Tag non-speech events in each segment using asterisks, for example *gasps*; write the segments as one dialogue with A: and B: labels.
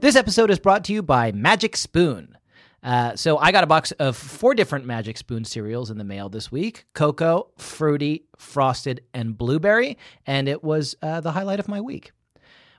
A: This episode is brought to you by Magic Spoon. Uh, so I got a box of four different Magic Spoon cereals in the mail this week: cocoa, fruity, frosted, and blueberry. And it was uh, the highlight of my week.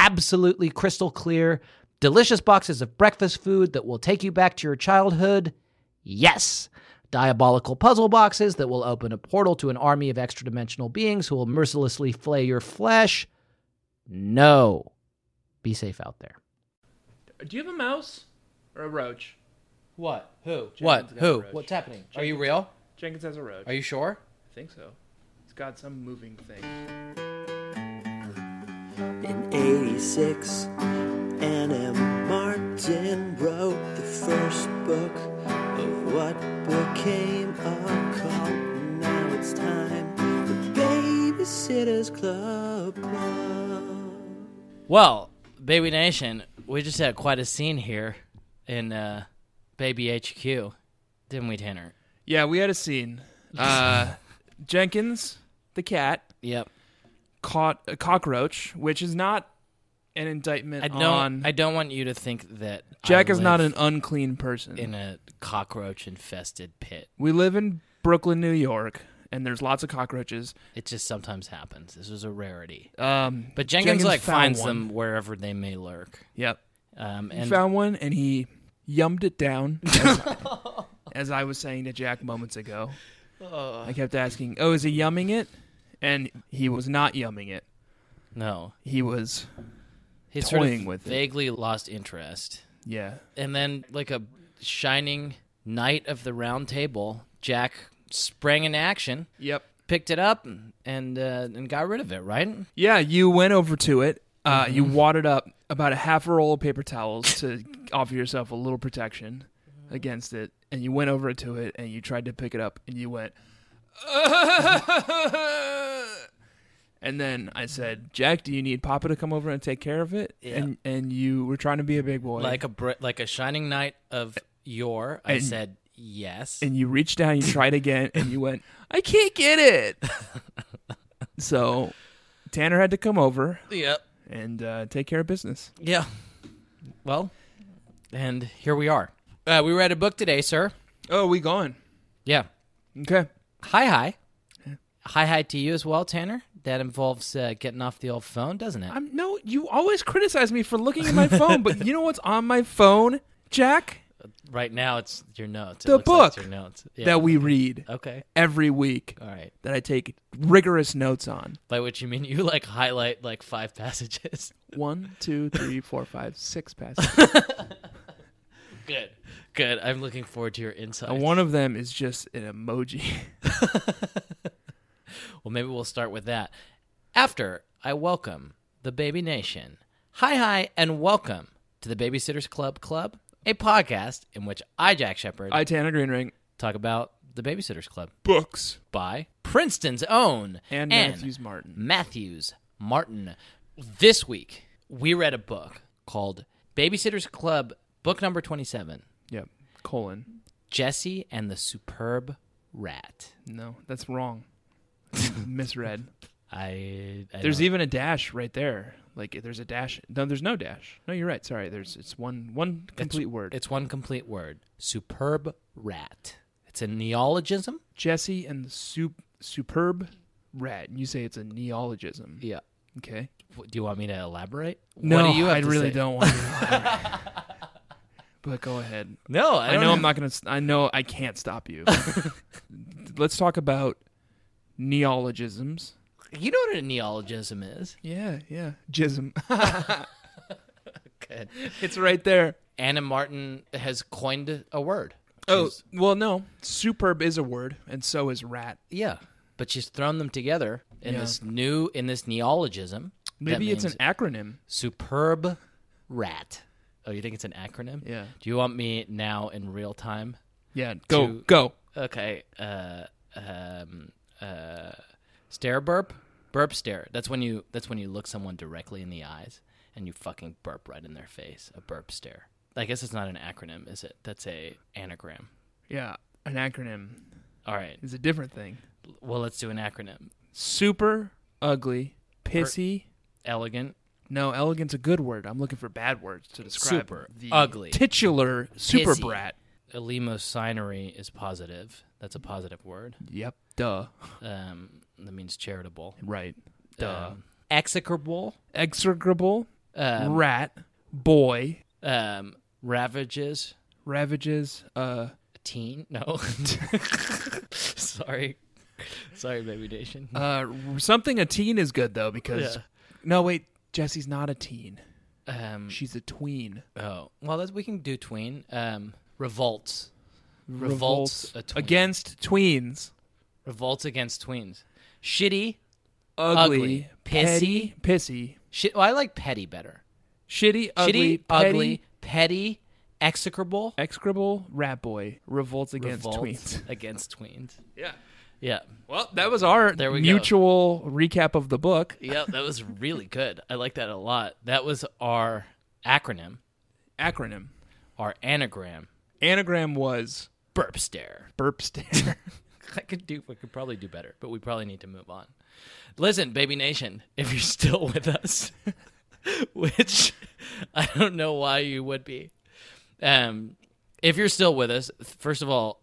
A: absolutely crystal clear, delicious boxes of breakfast food that will take you back to your childhood. Yes. Diabolical puzzle boxes that will open a portal to an army of extra dimensional beings who will mercilessly flay your flesh. No. Be safe out there.
B: Do you have a mouse or a roach?
A: What? Who?
B: What? Who? Roach.
A: What's happening? Are you real?
B: Jenkins has a roach.
A: Are you sure?
B: I think so. It's got some moving thing.
C: In 86, N.M. Martin wrote the first book of what became a cult. Now it's time, the Babysitter's Club. Club.
D: Well, Baby Nation, we just had quite a scene here in uh, Baby HQ, didn't we, Tanner?
B: Yeah, we had a *laughs* scene. Uh, Jenkins, the cat,
D: Yep.
B: caught a cockroach, which is not an indictment
D: I don't.
B: on.
D: I don't want you to think that
B: Jack
D: I
B: is not an
D: live
B: unclean person.
D: in a cockroach infested pit.
B: we live in Brooklyn, New York, and there's lots of cockroaches.
D: It just sometimes happens. This is a rarity.
B: Um,
D: But Jenkins, like
B: found
D: finds
B: one.
D: them wherever they may lurk.
B: Yep,
D: Um,
B: he
D: and
B: found one and he yummed it down. as- *laughs* as I was saying to Jack moments ago, I kept asking, "Oh, is he yumming it?" And he was not yumming it.
D: no,
B: He was,
D: he sort of
B: Toying with it.
D: vaguely lost interest.
B: yeah,
D: and then like a shining knight of the round table, Jack sprang into action,
B: yep,
D: picked it up, and and, uh, and got rid of it. Right?
B: yeah. You went over to it. Uh, You wadded up about a half a roll of paper towels to offer yourself a little protection against it, and you went over to it and you tried to pick it up, and you went. *laughs* And then I said, "Jack, do you need Papa to come over and take care of it?"
D: Yeah.
B: And and you were trying to be a big boy,
D: Like a br- like a shining knight of yore. I
B: And-
D: said yes.
B: and you reached down, you tried again, and you went, *laughs* "I can't get it." *laughs* so Tanner had to come over
D: yep.
B: and uh, take care of business.
D: Yeah. Well, and here we are. Uh, we read a book today, sir.
B: Oh, we gone.
D: Yeah.
B: Okay.
D: Hi, hi. Hi, hi to you as well, Tanner. That involves uh, getting off the old phone, doesn't it?
B: I'm no. You always criticize me for looking at my phone, but you know what's on my phone, Jack?
D: right now, it's your notes. It
B: The
D: looks like it's
B: book
D: your notes. Yeah.
B: That we read
D: okay.
B: every week.
D: All right.
B: That I take rigorous notes on.
D: By which you mean you like highlight like five passages. *laughs*
B: One, two, three, four, five, six passages.
D: Good. Good. I'm looking forward to your insights.
B: And one of them is just an
D: *laughs*
B: emoji.
D: Well, maybe we'll start with that. After I welcome the Baby Nation, hi, hi, and welcome to the Babysitters Club Club, a podcast in which I, Jack Shepard,
B: I Tana Green Ring.
D: talk about the Babysitters Club
B: Books.
D: by Princeton's own
B: And
D: Ann
B: Matthews Martin.
D: Matthews Martin. This week, we read a book called Babysitters Club, book number 27
B: Yep. Colon.
D: Jesse and the Superb Rat.
B: No, that's wrong. *laughs* Misread.
D: I, I
B: There's
D: don't-
B: even a dash right there. Like there's a dash. No, there's no dash. No, you're right. Sorry. There's it's one one complete word.
D: It's one complete word. Superb rat. It's a neologism.
B: Jesse and the soup superb rat. And you say it's a neologism.
D: Yeah.
B: Okay.
D: Do you want me to elaborate?
B: No,
D: what do you have
B: I
D: to
B: really
D: say?
B: don't want to. *laughs* but go ahead.
D: No, I,
B: I,
D: don't
B: know I'm not gonna. s- I know I can't stop
D: *laughs*
B: you. Let's talk about neologisms.
D: You know what a neologism is?
B: Yeah, yeah. Jism.
D: Good.
B: *laughs* it's right there.
D: Anna Martin has coined a word.
B: Oh
D: She's-
B: well, no. Superb is a word, and so is rat.
D: yeah. But she's thrown them together in
B: Yeah.
D: this new in this neologism. that
B: Maybe it's an
D: means
B: acronym.
D: superb rat. Oh, you think it's an acronym?
B: Yeah.
D: Do you want me now in real time?
B: Yeah. Go.
D: To-
B: go.
D: Okay. Uh, um, uh, stare burp, burp stare. That's when you. That's when you look someone directly in the eyes and you fucking burp right in their face. A burp stare. I guess it's not an acronym, is it? That's a anagram.
B: Yeah. An acronym
D: All right.
B: is a different thing.
D: Well, let's do an acronym.
B: Super ugly, pissy.
D: Elegant,
B: no, elegant's a good word. I'm looking for bad words to describe
D: Super
B: the
D: ugly,
B: titular super
D: pissy.
B: brat.
D: eleemosynary is positive. That's a positive word.
B: Yep. Duh.
D: Um, that means charitable.
B: Right. Duh.
D: Um, execrable.
B: execrable
D: Um,
B: rat boy
D: um, ravages.
B: ravages uh
D: teen no *laughs* sorry sorry baby nation
B: uh something a teen is good though because
D: Yeah.
B: no wait jesse's not a teen
D: um
B: she's a tween
D: oh well that's, we can do tween um revolts
B: Revolts
D: revolts a tween.
B: against tweens
D: revolts against tweens shitty
B: ugly,
D: Ugly.
B: petty, pissy
D: shit well, i like petty better
B: shitty ugly
D: shitty
B: petty,
D: ugly petty execrable
B: execrable rat boy revolts against
D: revolts
B: tweens
D: *laughs* against tweens
B: yeah
D: yeah
B: well Oh, that was our
D: There we go.
B: mutual recap of the book
D: yeah that was really good i like that a lot that was our acronym
B: acronym
D: our anagram
B: anagram was
D: burp stare
B: burp *laughs* stare
D: *laughs* I could do. I could probably do better, but we probably need to move on. Listen, baby nation, if you're still with us, *laughs* which I don't know why you would be, um, if you're still with us, first of all,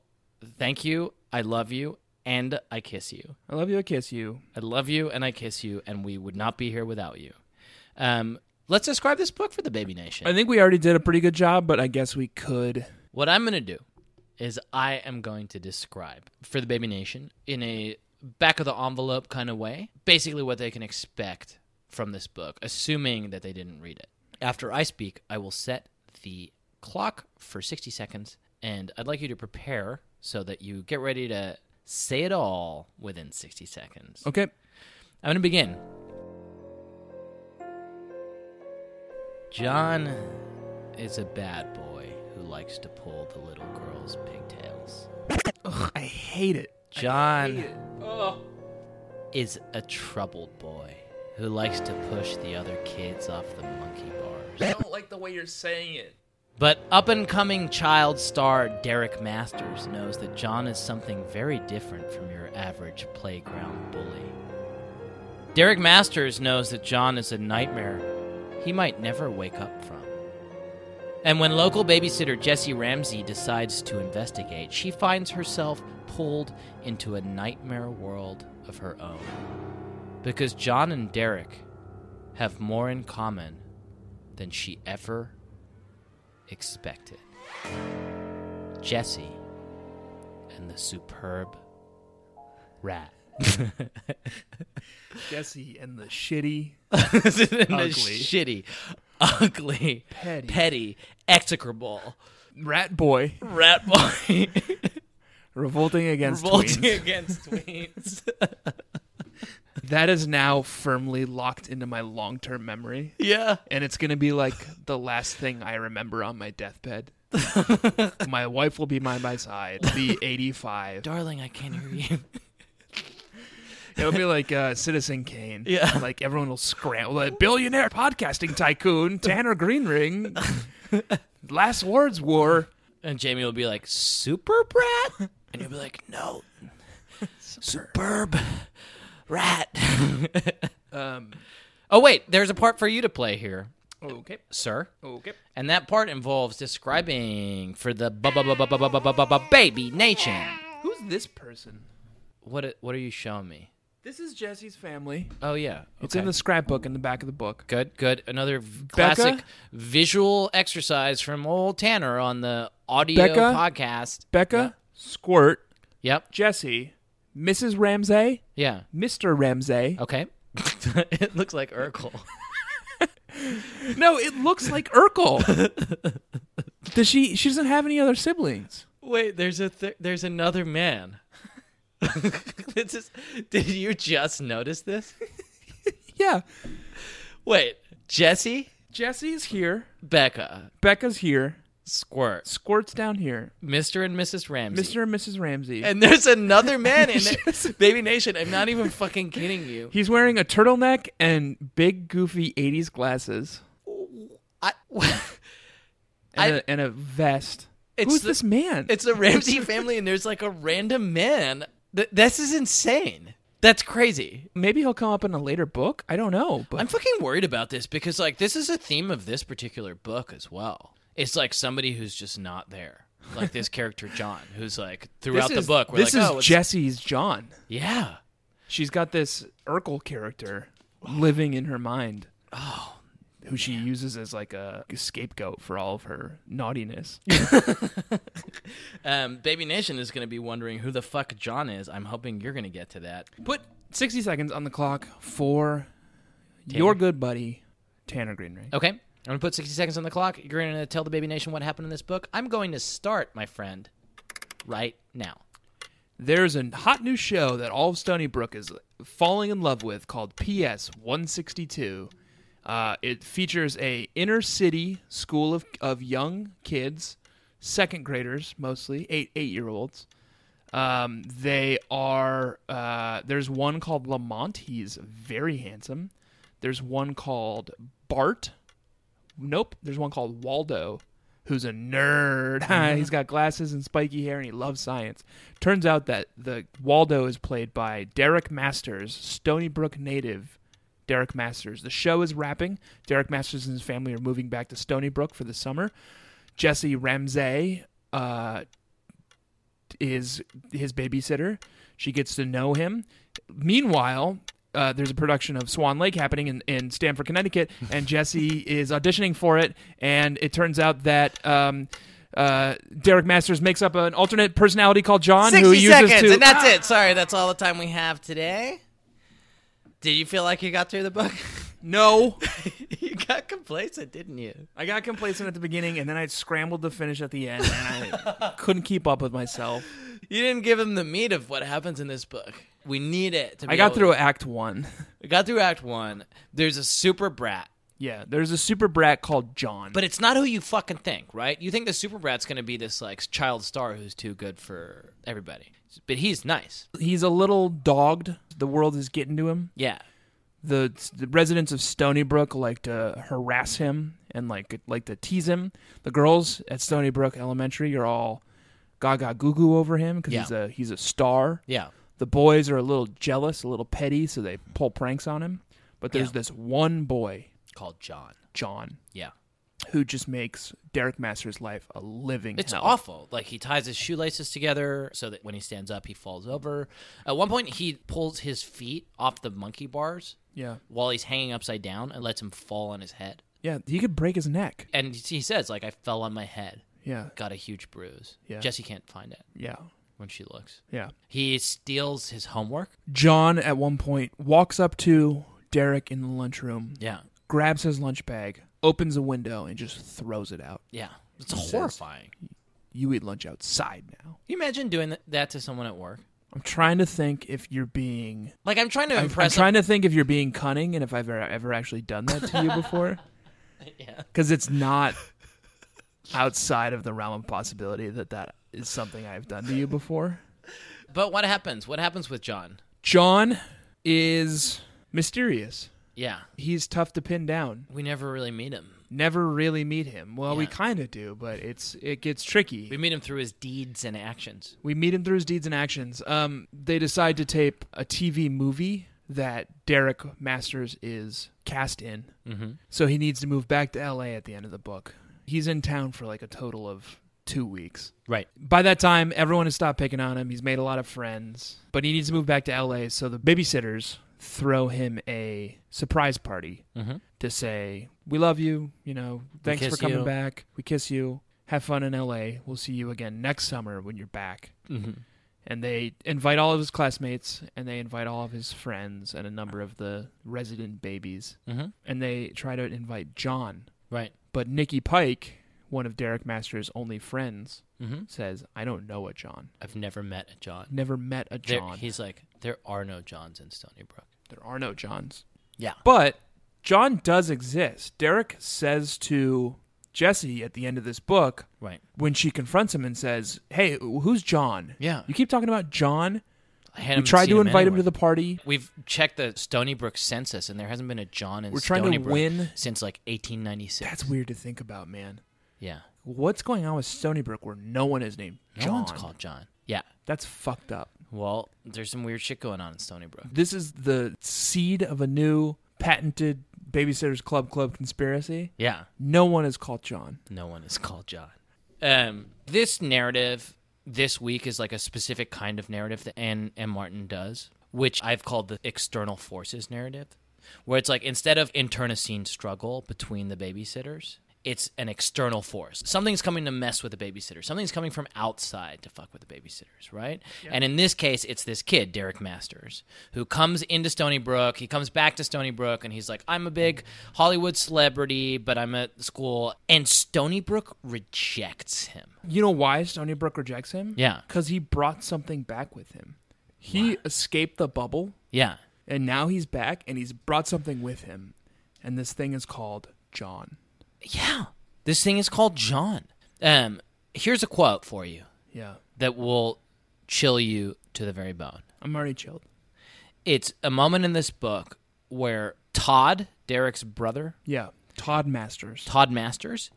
D: thank you. I love you, and I kiss you.
B: i love you i kiss you
D: I love you, and I kiss you, and we would not be here without you. Um, let's describe this book for the baby nation.
B: I think we already did a pretty good job, but I guess we could.
D: What I'm going to do is I am going to describe for the Baby Nation in a back of the envelope kind of way, basically what they can expect from this book, assuming that they didn't read it. After I speak, I will set the clock for 60 seconds, and I'd like you to prepare so that you get ready to say it all within 60 seconds.
B: Okay.
D: I'm going to begin. John is a bad boy who likes to pull the little girl's pigtails.
B: Ugh, I hate it.
D: John is a troubled boy who likes to push the other kids off the monkey bars.
B: don't like the way you're saying it.
D: But up and coming child star Derek Masters knows that John is something very different from your average playground bully. Derek Masters knows that John is a nightmare he might never wake up from. And when local babysitter Jessie Ramsey decides to investigate, she finds herself pulled into a nightmare world of her own. Because John and Derek have more in common than she ever expected. Jesse and the superb rat. *laughs*
B: Jesse and the shitty.
D: And the
B: Ugly.
D: shitty, ugly,
B: Petty.
D: petty execrable,
B: Rat Boy *laughs*
D: Rat boy
B: revolting against
D: revolting
B: tweens. *laughs*
D: against tweens.
B: That is now firmly locked into my long term memory.
D: yeah.
B: And it's going to be like the last thing I remember on my
D: *laughs*
B: deathbed. my wife will be by my side, be 85.
D: Darling, I can't hear you.
B: It'll be like uh, Citizen Kane.
D: Yeah.
B: Like everyone will scramble. Like, Billionaire podcasting tycoon, Tanner Greenring.
D: *laughs*
B: Last words were.
D: And Jamie will be like, Super brat? And you'll be like, No. Superb rat.
B: Um,
D: oh, wait, there's a part for you to play here,
B: okay.
D: sir.
B: Okay.
D: And that part involves describing for the bu- bu- bu- bu- bu- bu- bu- bu- bu- bu- baby nation.
B: Who's this person?
D: What a- what are you showing me?
B: This is Jesse's family.
D: Oh yeah,
B: It's
D: okay.
B: in the scrapbook in the back of the book.
D: good good another v- classic visual exercise from old Tanner on the audio
B: Becca?
D: podcast.
B: Becca, Squirt,
D: Yep.
B: Jesse, Mrs. Ramsey,
D: Yeah.
B: Mr. Ramsey.
D: Okay. *laughs* it looks like Urkel. *laughs*
B: No, it looks like Urkel.
D: *laughs*
B: Does she? She doesn't have any other siblings.
D: Wait, there's a th- there's another man. *laughs* this is, did you just notice this?
B: Yeah,
D: Wait, Jesse,
B: Jesse's here.
D: Becca,
B: Becca's here.
D: Squirt,
B: Squirt's down here.
D: Mr. and Mrs. Ramsey.
B: Mr. and Mrs. Ramsey.
D: and there's another
B: *laughs*
D: man in it. *laughs* Baby Nation, I'm not even fucking kidding you.
B: He's wearing a turtleneck and big goofy '80s glasses
D: I, *laughs*
B: and,
D: I-
B: a, and a vest.
D: It's
B: Who's
D: the-
B: this man?
D: it's the Ramsey family, and there's like a random man. Th- this is insane. That's crazy.
B: Maybe he'll come up in a later book. I don't know, but
D: I'm fucking worried about this because like this is a theme of this particular book as well. It's like somebody who's just not there. Like this character John, who's like throughout
B: this
D: the
B: is-
D: book, we're
B: this
D: like,
B: is
D: oh, it's-
B: Jesse's John.
D: yeah,
B: She's got this Urkel character living in her mind. Oh. Who she uses as like a scapegoat for all of her naughtiness.
D: um, Baby Nation is going to be wondering who the fuck John is. I'm hoping you're going to get to that.
B: Put 60 seconds on the clock for your good buddy, Tanner Greenray.
D: Okay. I'm going to put 60 seconds on the clock. You're going to tell the Baby Nation what happened in this book. I'm going to start, my friend, right now.
B: There's a hot new show that all of Stony Brook is falling in love with called PS 162. Uh, it features a inner city school of, of young kids, second graders mostly, eight eight year olds. Um, they are uh, there's one called Lamont. He's very handsome. There's one called Bart. Nope. There's one called Waldo, who's a nerd. *laughs* He's got glasses and spiky hair, and he loves science. Turns out that the Waldo is played by Derek Masters, Stony Brook native. Derek Masters. The show is wrapping. Derek Masters and his family are moving back to Stony Brook for the summer. Jesse Ramsey uh, is his babysitter. She gets to know him. Meanwhile, uh, there's a production of Swan Lake happening in, in Stamford, Connecticut, and Jesse *laughs* is auditioning for it. And it turns out that um, uh, Derek Masters makes up an alternate personality called John, who
D: 60
B: uses
D: seconds,
B: to
D: and that's it. Sorry, that's all the time we have today. Did you feel like you got through the book? *laughs*
B: no.
D: you got complacent, didn't you?
B: I got complacent at the beginning, and then I scrambled to finish at the end, and I couldn't keep up with myself.
D: You didn't give him the meat of what happens in this book. We need
B: *laughs*
D: it. To be
B: I got
D: able-
B: through Act One. *laughs*
D: We got through Act One. There's a super brat,
B: Yeah, there's a super brat called John.
D: but it's not who you fucking think, right? You think the super brat's going to be this like child star who's too good for everybody, but he's nice.
B: he's a little dogged. The world is getting to him.
D: Yeah.
B: The, the residents of Stony Brook like to harass him and like like to tease him. The girls at Stony Brook Elementary are all gaga goo goo over him because
D: Yeah.
B: he's a he's a star.
D: Yeah.
B: The boys are a little jealous, a little petty, so they pull pranks on him. But there's
D: Yeah.
B: this one boy,
D: Called John.
B: John,
D: Yeah.
B: who just makes Derek Masters' life a living
D: It's
B: hell.
D: awful. Like he ties his shoelaces together so that when he stands up, he falls over. At one point, he pulls his feet off the monkey bars
B: Yeah,
D: while he's hanging upside down and lets him fall on his head.
B: yeah, he could break his neck.
D: And he says, "Like I fell on my head,
B: Yeah,
D: got a huge bruise."
B: Yeah.
D: Jesse can't find it
B: yeah,
D: when she looks.
B: yeah.
D: He steals his homework.
B: John at one point walks up to Derek in the lunchroom,
D: Yeah,
B: grabs his lunch bag, opens a window, and just throws it out.
D: yeah. It's horrifying.
B: You eat lunch outside now.
D: Can you imagine doing th- that to someone at work?
B: I'm trying to think if you're being.
D: Like I'm trying to
B: I'm, I'm
D: impress.
B: trying to think if you're being cunning and if I've ever, ever actually done that
D: *laughs*
B: to you before.
D: Yeah.
B: Because it's not outside of the realm of possibility that that is something I've done to you before.
D: But what happens? What happens with John?
B: John is mysterious.
D: Yeah,
B: He's tough to pin down.
D: we never really meet him.
B: Never really meet him. Well, we
D: Yeah.
B: kind of do, but it's it gets
D: We
B: tricky.
D: meet him through his deeds and actions.
B: We meet him through his deeds and actions. Um, they decide to tape a TV movie that Derek Masters is cast in.
D: Mm-hmm.
B: So he needs to move back to LA at the end of the book. He's in town for like a total of two weeks.
D: Right.
B: By that time, everyone has stopped picking on him. He's made a lot of friends, but he needs to move back to LA. So the babysitters throw him a surprise party
D: Mhm.
B: to say, We love you. You know, thanks for
D: kiss
B: coming
D: you."
B: back. We kiss you. Have fun in LA. We'll see you again next summer when you're back.
D: Mhm.
B: And they invite all of his classmates and they invite all of his friends and a number of the resident babies.
D: Mhm.
B: And they try to invite John.
D: Right.
B: But Nikki Pike, one of Derek Masters' only friends,
D: Mm-hmm.
B: says, I don't know a John.
D: I've never met a John.
B: Never met a
D: There-
B: John. There,
D: he's like, there are no Johns in Stony Brook.
B: are no Johns.
D: Yeah.
B: But John does exist. Derek says to Jesse at the end of this book,
D: Right.
B: when she confronts him and says, Hey, who's John?
D: Yeah.
B: You keep talking about John.
D: I had
B: We tried to invite him to the party.
D: We've checked the Stony Brook census, and there hasn't been a John in
B: We're trying to
D: Stony Brook
B: win-
D: since like 1896.
B: That's weird to think about, man.
D: Yeah.
B: What's going on with Stony Brook where no one is named
D: No
B: John?
D: one's called John. Yeah.
B: That's fucked up.
D: Well, there's some weird shit going on in Stony Brook.
B: This is the seed of a new patented Babysitters Club Club conspiracy.
D: Yeah.
B: No one is called John.
D: No one is called John. Um, this narrative this week is like a specific kind of narrative that Anne M. Martin does, which I've called the external forces narrative, where it's like instead of internecine struggle between the babysitters, it's an external force. Something's coming to mess with the babysitter. Something's coming from outside to fuck with the babysitters, right? And in this case, it's this kid, Derek Masters, who comes into Stony Brook. He comes back to Stony Brook and he's like, I'm a big Hollywood celebrity, but I'm at school. And Stony Brook rejects him.
B: You know why Stony Brook rejects him?
D: Yeah.
B: Because he brought something back with him. He escaped the bubble
D: Yeah.
B: and now he's back and he's brought something with him. And this thing is called John.
D: Yeah. This thing is called John. Um, here's a quote for you
B: Yeah.
D: that will chill you to the very bone.
B: I'm already chilled.
D: It's a moment in this book where Todd, Derek's brother,
B: Yeah. Todd Masters.
D: Todd Masters,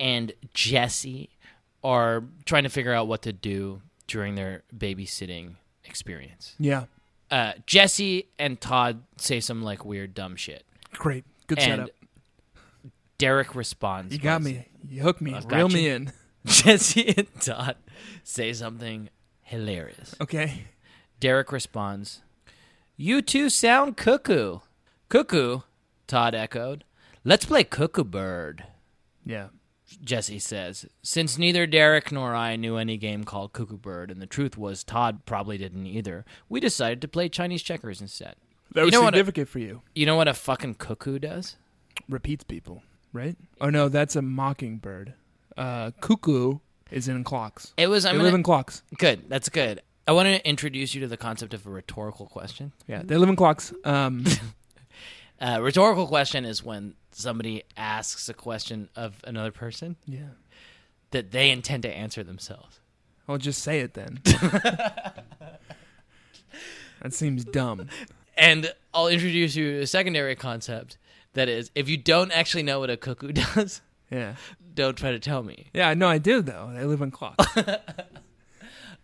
D: and Jesse are trying to figure out what to do during their babysitting experience.
B: Yeah.
D: Uh, Jesse and Todd say some like weird dumb shit.
B: Great. Good
D: And
B: setup.
D: Derek responds.
B: You got
D: by
B: me. You hooked me.
D: I've got
B: Reel
D: you.
B: me in.
D: *laughs*
B: *laughs*
D: Jesse and Todd say something hilarious.
B: Okay.
D: Derek responds, You two sound cuckoo. Cuckoo, Todd echoed. Let's play Cuckoo Bird,
B: Yeah.
D: Jesse says. Since neither Derek nor I knew any game called Cuckoo Bird, and the truth was Todd probably didn't either, we decided to play Chinese checkers instead.
B: That
D: You
B: was
D: know what I-
B: significant for you.
D: You know what a fucking cuckoo does?
B: repeats people, right? Oh no, that's a mockingbird. Uh, cuckoo is in clocks.
D: It was,
B: they
D: I'm
B: live
D: gonna,
B: in clocks.
D: good, that's good. I want to introduce you to the concept of a rhetorical question.
B: Yeah, they live in clocks.
D: *laughs*
B: Um,
D: Uh, rhetorical question is when somebody asks a question of another person
B: yeah,
D: that they intend to answer themselves.
B: I'll just say it
D: *laughs*
B: then. that seems dumb.
D: And I'll introduce you to a secondary concept that is if you don't actually know what a cuckoo *laughs* does,
B: Yeah,
D: don't try to tell me.
B: yeah. No, I do though. They live in clocks. *laughs*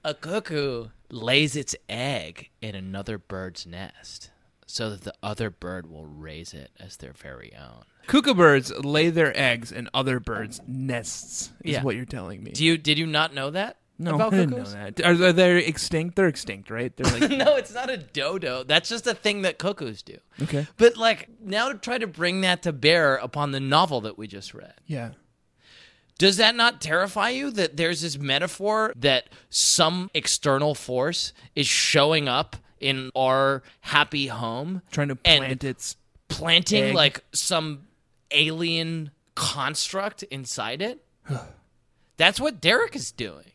D: A cuckoo lays its egg in another bird's nest so that the other bird will raise it as their very own.
B: cuckoo birds lay their eggs in other birds' nests. Is
D: Yeah.
B: what you're telling me.
D: Do you did you not know that? *laughs*
B: no,
D: about
B: I
D: cuckoos?
B: didn't know that. Are, are they extinct? They're extinct, right? They're like
D: *laughs* No, it's not a dodo. That's just a thing that cuckoos do.
B: okay.
D: But like now to try to bring that to bear upon the novel that we just read.
B: Yeah.
D: Does that not terrify you that there's this metaphor that some external force is showing up in our happy home,
B: Trying to
D: And-
B: plant its
D: planting
B: Egg.
D: like some alien construct inside it? That's what Derek is doing.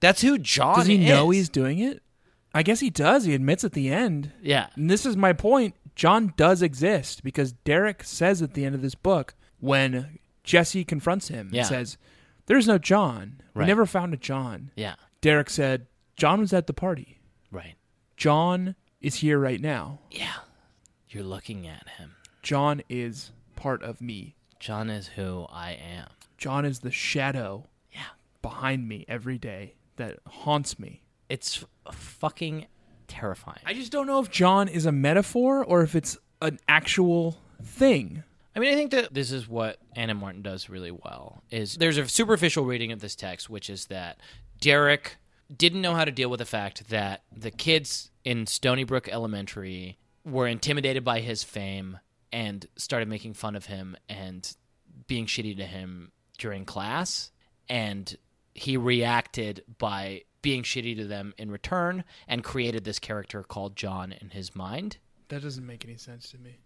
D: That's who John
B: Does he know
D: is.
B: he's doing it? I guess he does. He admits at the end.
D: Yeah.
B: And this is my point. John does exist because Derek says at the end of this book when Jesse confronts him,
D: Yeah.
B: and says, "There's no John.
D: Right.
B: We never found a John."
D: Yeah.
B: Derek said, "John was at the party.
D: Right.
B: John is here right now.
D: Yeah. You're looking at him.
B: John is part of me.
D: John is who I am.
B: John is the shadow
D: Yeah.
B: behind me every day that haunts me."
D: It's f- fucking terrifying.
B: I just don't know if John is a metaphor or if it's an actual thing.
D: I mean, I think that this is what Anna Martin does really well. Is there's a superficial reading of this text, which is that Derek didn't know how to deal with the fact that the kids in Stony Brook Elementary were intimidated by his fame and started making fun of him and being shitty to him during class, and he reacted by being shitty to them in return and created this character called John in his mind.
B: That doesn't make any sense to me.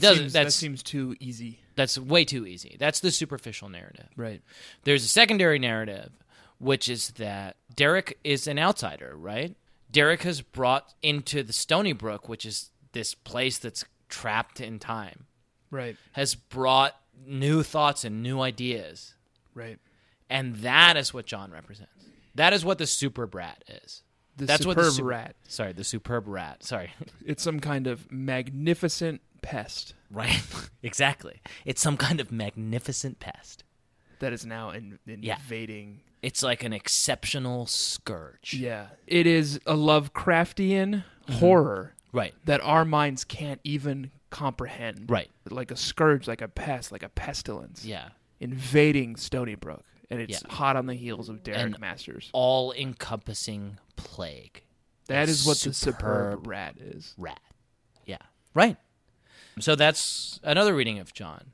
B: That
D: doesn't.
B: seems- that
D: that's
B: seems too easy.
D: that's way too easy. That's the superficial narrative.
B: Right.
D: There's a secondary narrative, which is that Derek is an outsider, right? Derek has brought into the Stony Brook, which is this place that's trapped in time,
B: Right.
D: has brought new thoughts and new ideas.
B: Right.
D: And that is what John represents. That is what the super brat is.
B: The
D: That's what the
B: superb
D: su-
B: rat.
D: Sorry, the superb rat. Sorry. *laughs*
B: It's some kind of magnificent pest
D: right. *laughs* exactly. It's some kind of magnificent pest.
B: that is now in-
D: Yeah.
B: invading.
D: It's like an exceptional scourge.
B: Yeah. It is a Lovecraftian
D: Mm-hmm.
B: horror
D: Right.
B: that our minds can't even comprehend.
D: Right.
B: Like a scourge, like a pest, like a pestilence
D: Yeah.
B: invading Stony Brook. And it's
D: Yeah.
B: hot on the heels of Derek
D: And-
B: Masters.
D: all encompassing plague
B: That is what the
D: superb
B: superb rat is.
D: rat. Yeah. Right. So that's another reading of John.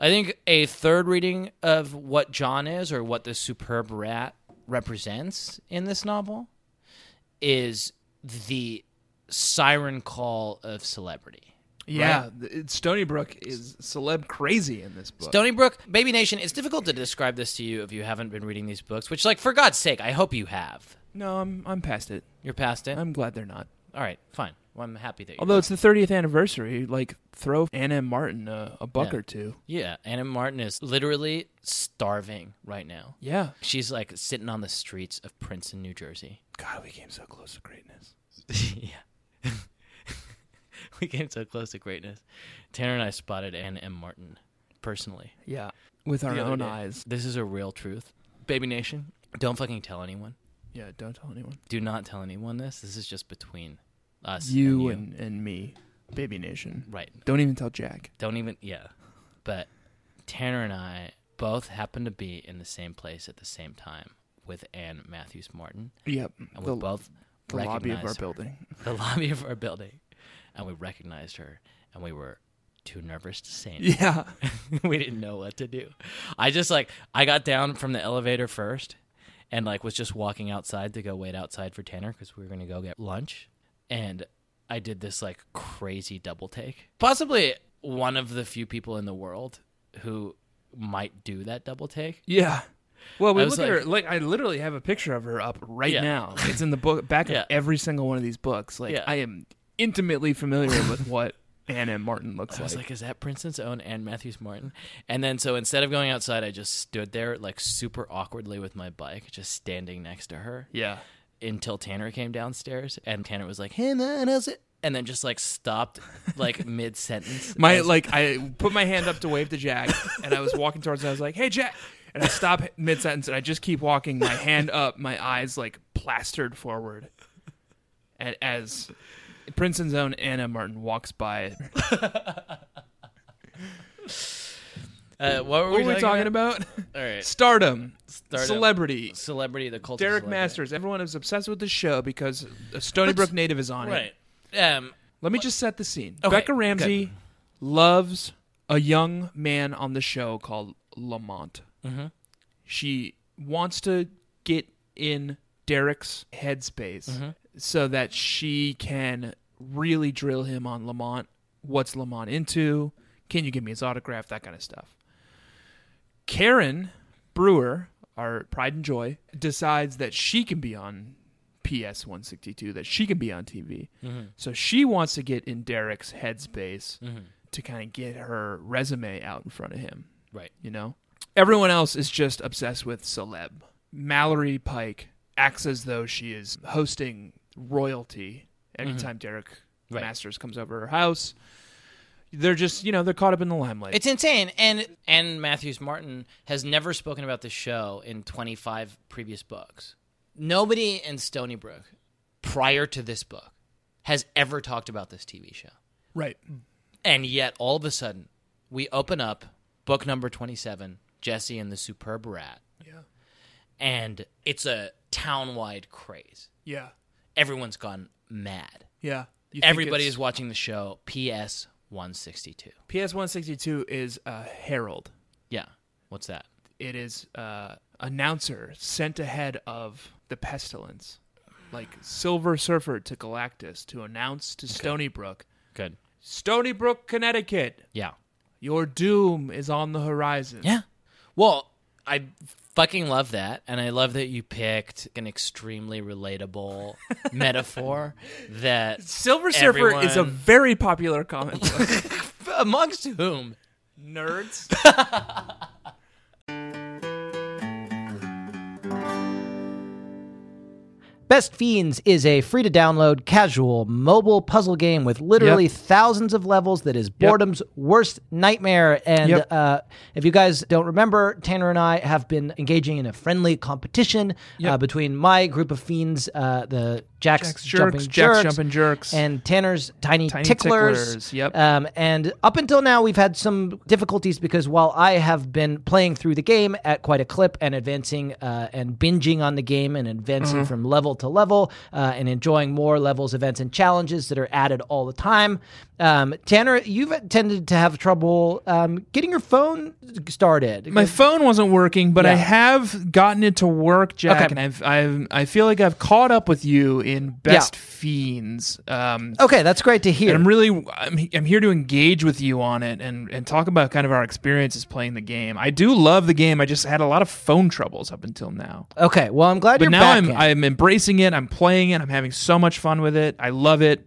D: I think a third reading of what John is or what the superb rat represents in this novel is the siren call of celebrity.
B: Yeah. th- it- Stony Brook is celeb crazy in this book.
D: Stony Brook, Baby Nation, it's difficult to describe this to you if you haven't been reading these books, which, like, for God's sake, I hope you have.
B: no, I'm, I'm past it.
D: You're past it.
B: I'm glad they're not.
D: All right, fine. Well, I'm happy that you
B: Although it's the 30th anniversary, like throw Anna and Martin a, a buck
D: Yeah.
B: or two.
D: Yeah, Anna Martin is literally starving right now.
B: Yeah.
D: She's like sitting on the streets of Princeton, New Jersey.
B: God, we came so close to greatness.
D: yeah. *laughs* we came so close to greatness. Tanner and I spotted Anna M. Martin personally.
B: Yeah. With our
D: The other
B: own
D: day.
B: eyes.
D: This is a real truth. Baby Nation, don't fucking tell anyone.
B: Yeah, don't tell anyone.
D: Do not tell anyone this. This is just between us. and
B: You
D: you.
B: and, and me, Baby Nation.
D: Right.
B: Don't even tell Jack.
D: Don't even, yeah. But Tanner and I both happened to be in the same place at the same time with Anne Matthews Martin.
B: Yep.
D: and we
B: The,
D: both
B: the lobby of our
D: recognized her.
B: building.
D: *laughs* the lobby of our building, and we recognized her, and we were too nervous to say anything. *laughs*
B: Yeah.
D: we didn't know what to do. I just like I got down from the elevator first, and like was just walking outside to go wait outside for Tanner because we were gonna go get lunch, and I did this like crazy double take. Possibly one of the few people in the world who might do that double take.
B: Yeah. Well, we
D: I
B: look
D: was
B: at
D: like-
B: her. Like, I literally have a picture of her up right
D: Yeah.
B: now. It's in the book, back
D: *laughs* Yeah.
B: of every single one of these books. Like,
D: Yeah.
B: I am intimately familiar with
D: *laughs*
B: what Anna and Martin looks
D: I
B: like.
D: was like, is that Princeton's own Anne Matthews Martin? And then so instead of going outside, I just stood there like super awkwardly with my bike, just standing next to her
B: yeah.
D: until Tanner came downstairs and Tanner was like, Hey man, how's it? And then just like stopped
B: *laughs*
D: like mid sentence.
B: My
D: *laughs*
B: like, I put my hand up to wave to Jack, and I was walking towards. Him, I was like, "Hey, Jack!" And I stop mid sentence, and I just keep walking, my hand up, my eyes like plastered forward, and as Princeton's own Anna Martin walks by.
D: uh, what were
B: What
D: we,
B: were we talking about?
D: All
B: *laughs*
D: right,
B: Stardom,
D: Stardom.
B: celebrity.
D: celebrity, the cult. of
B: Derek
D: celebrity.
B: Masters. Everyone is obsessed with the show because a Stony Brook native is on
D: right?
B: it.
D: Um,
B: Let me just set the scene.
D: Okay,
B: Becca Ramsey loves a young man on the show called Lamont. She wants to get in Derek's headspace so that she can really drill him on Lamont. What's Lamont into? Can you give me his autograph? That kind of stuff. Karen Brewer, our pride and joy, decides that she can be on PS 162, that she can be on TV.
D: Mm-hmm.
B: So she wants to get in Derek's headspace to kind of get her resume out in front of him.
D: Right.
B: You know? Everyone else is just obsessed with celeb. Mallory Pike acts as though she is hosting royalty anytime Derek
D: Mm-hmm. Right.
B: Masters comes over her house. They're just, you know, they're caught up in the limelight.
D: It's insane. And and Matthews Martin has never spoken about the show in 25 previous books. Nobody in Stony Brook prior to this book has ever talked about this TV show.
B: right.
D: And yet all of a sudden, we open up book number 27, Jesse and the Superb Rat.
B: Yeah.
D: And it's a town-wide craze.
B: Yeah.
D: Everyone's gone mad.
B: Yeah. You think
D: Everybody
B: it's-
D: is watching the show PS 162.
B: PS 162 is a herald.
D: Yeah. What's that?
B: It is uh announcer sent ahead of the pestilence. Like Silver Surfer to Galactus to announce to Stony Brook,
D: Good.
B: Stony Brook, Connecticut,
D: Yeah.
B: your doom is on the horizon.
D: Yeah. Well, I fucking love that. And I love that you picked an
B: *laughs*
D: extremely relatable metaphor that
B: Silver Surfer is a
D: everyone-
B: very popular comic *laughs* book.
D: amongst whom
B: Nerds.
A: Best Fiends is a free to download casual mobile puzzle game with literally
B: Yep.
A: thousands of levels that is boredom's worst nightmare. And
B: Yep.
A: uh, if you guys don't remember, Tanner and I have been engaging in a friendly competition uh, between my group of fiends, uh, the Jack's,
B: Jack's Jerks,
A: Jumping
B: Jack's
A: Jerks,
B: Jumping Jerks.
A: and Tanner's Tiny,
B: Tiny
A: Ticklers.
B: Ticklers, yep.
A: Um, and up until now, we've had some difficulties because while I have been playing through the game at quite a clip and advancing uh, and binging on the game and
B: Mm-hmm.
A: advancing from level to level uh, and enjoying more levels, events, and challenges that are added all the time, um, Tanner, you've tended to have trouble um, getting your phone started.
B: My phone wasn't working, but I
A: Yeah.
B: have gotten it to work, Jack,
A: Okay.
B: and I've, I've I feel like I've caught up with you in Best
A: Yeah.
B: Fiends. Um,
A: okay, that's great to hear.
B: and I'm really I'm, I'm here to engage with you on it and and talk about kind of our experiences playing the game. I do love the game. I just had a lot of phone troubles up until now.
A: okay, well, I'm glad
B: But
A: you're
B: now
A: back
B: I'm
A: in.
B: I'm embracing it. I'm playing it. I'm having so much fun with it. I love it.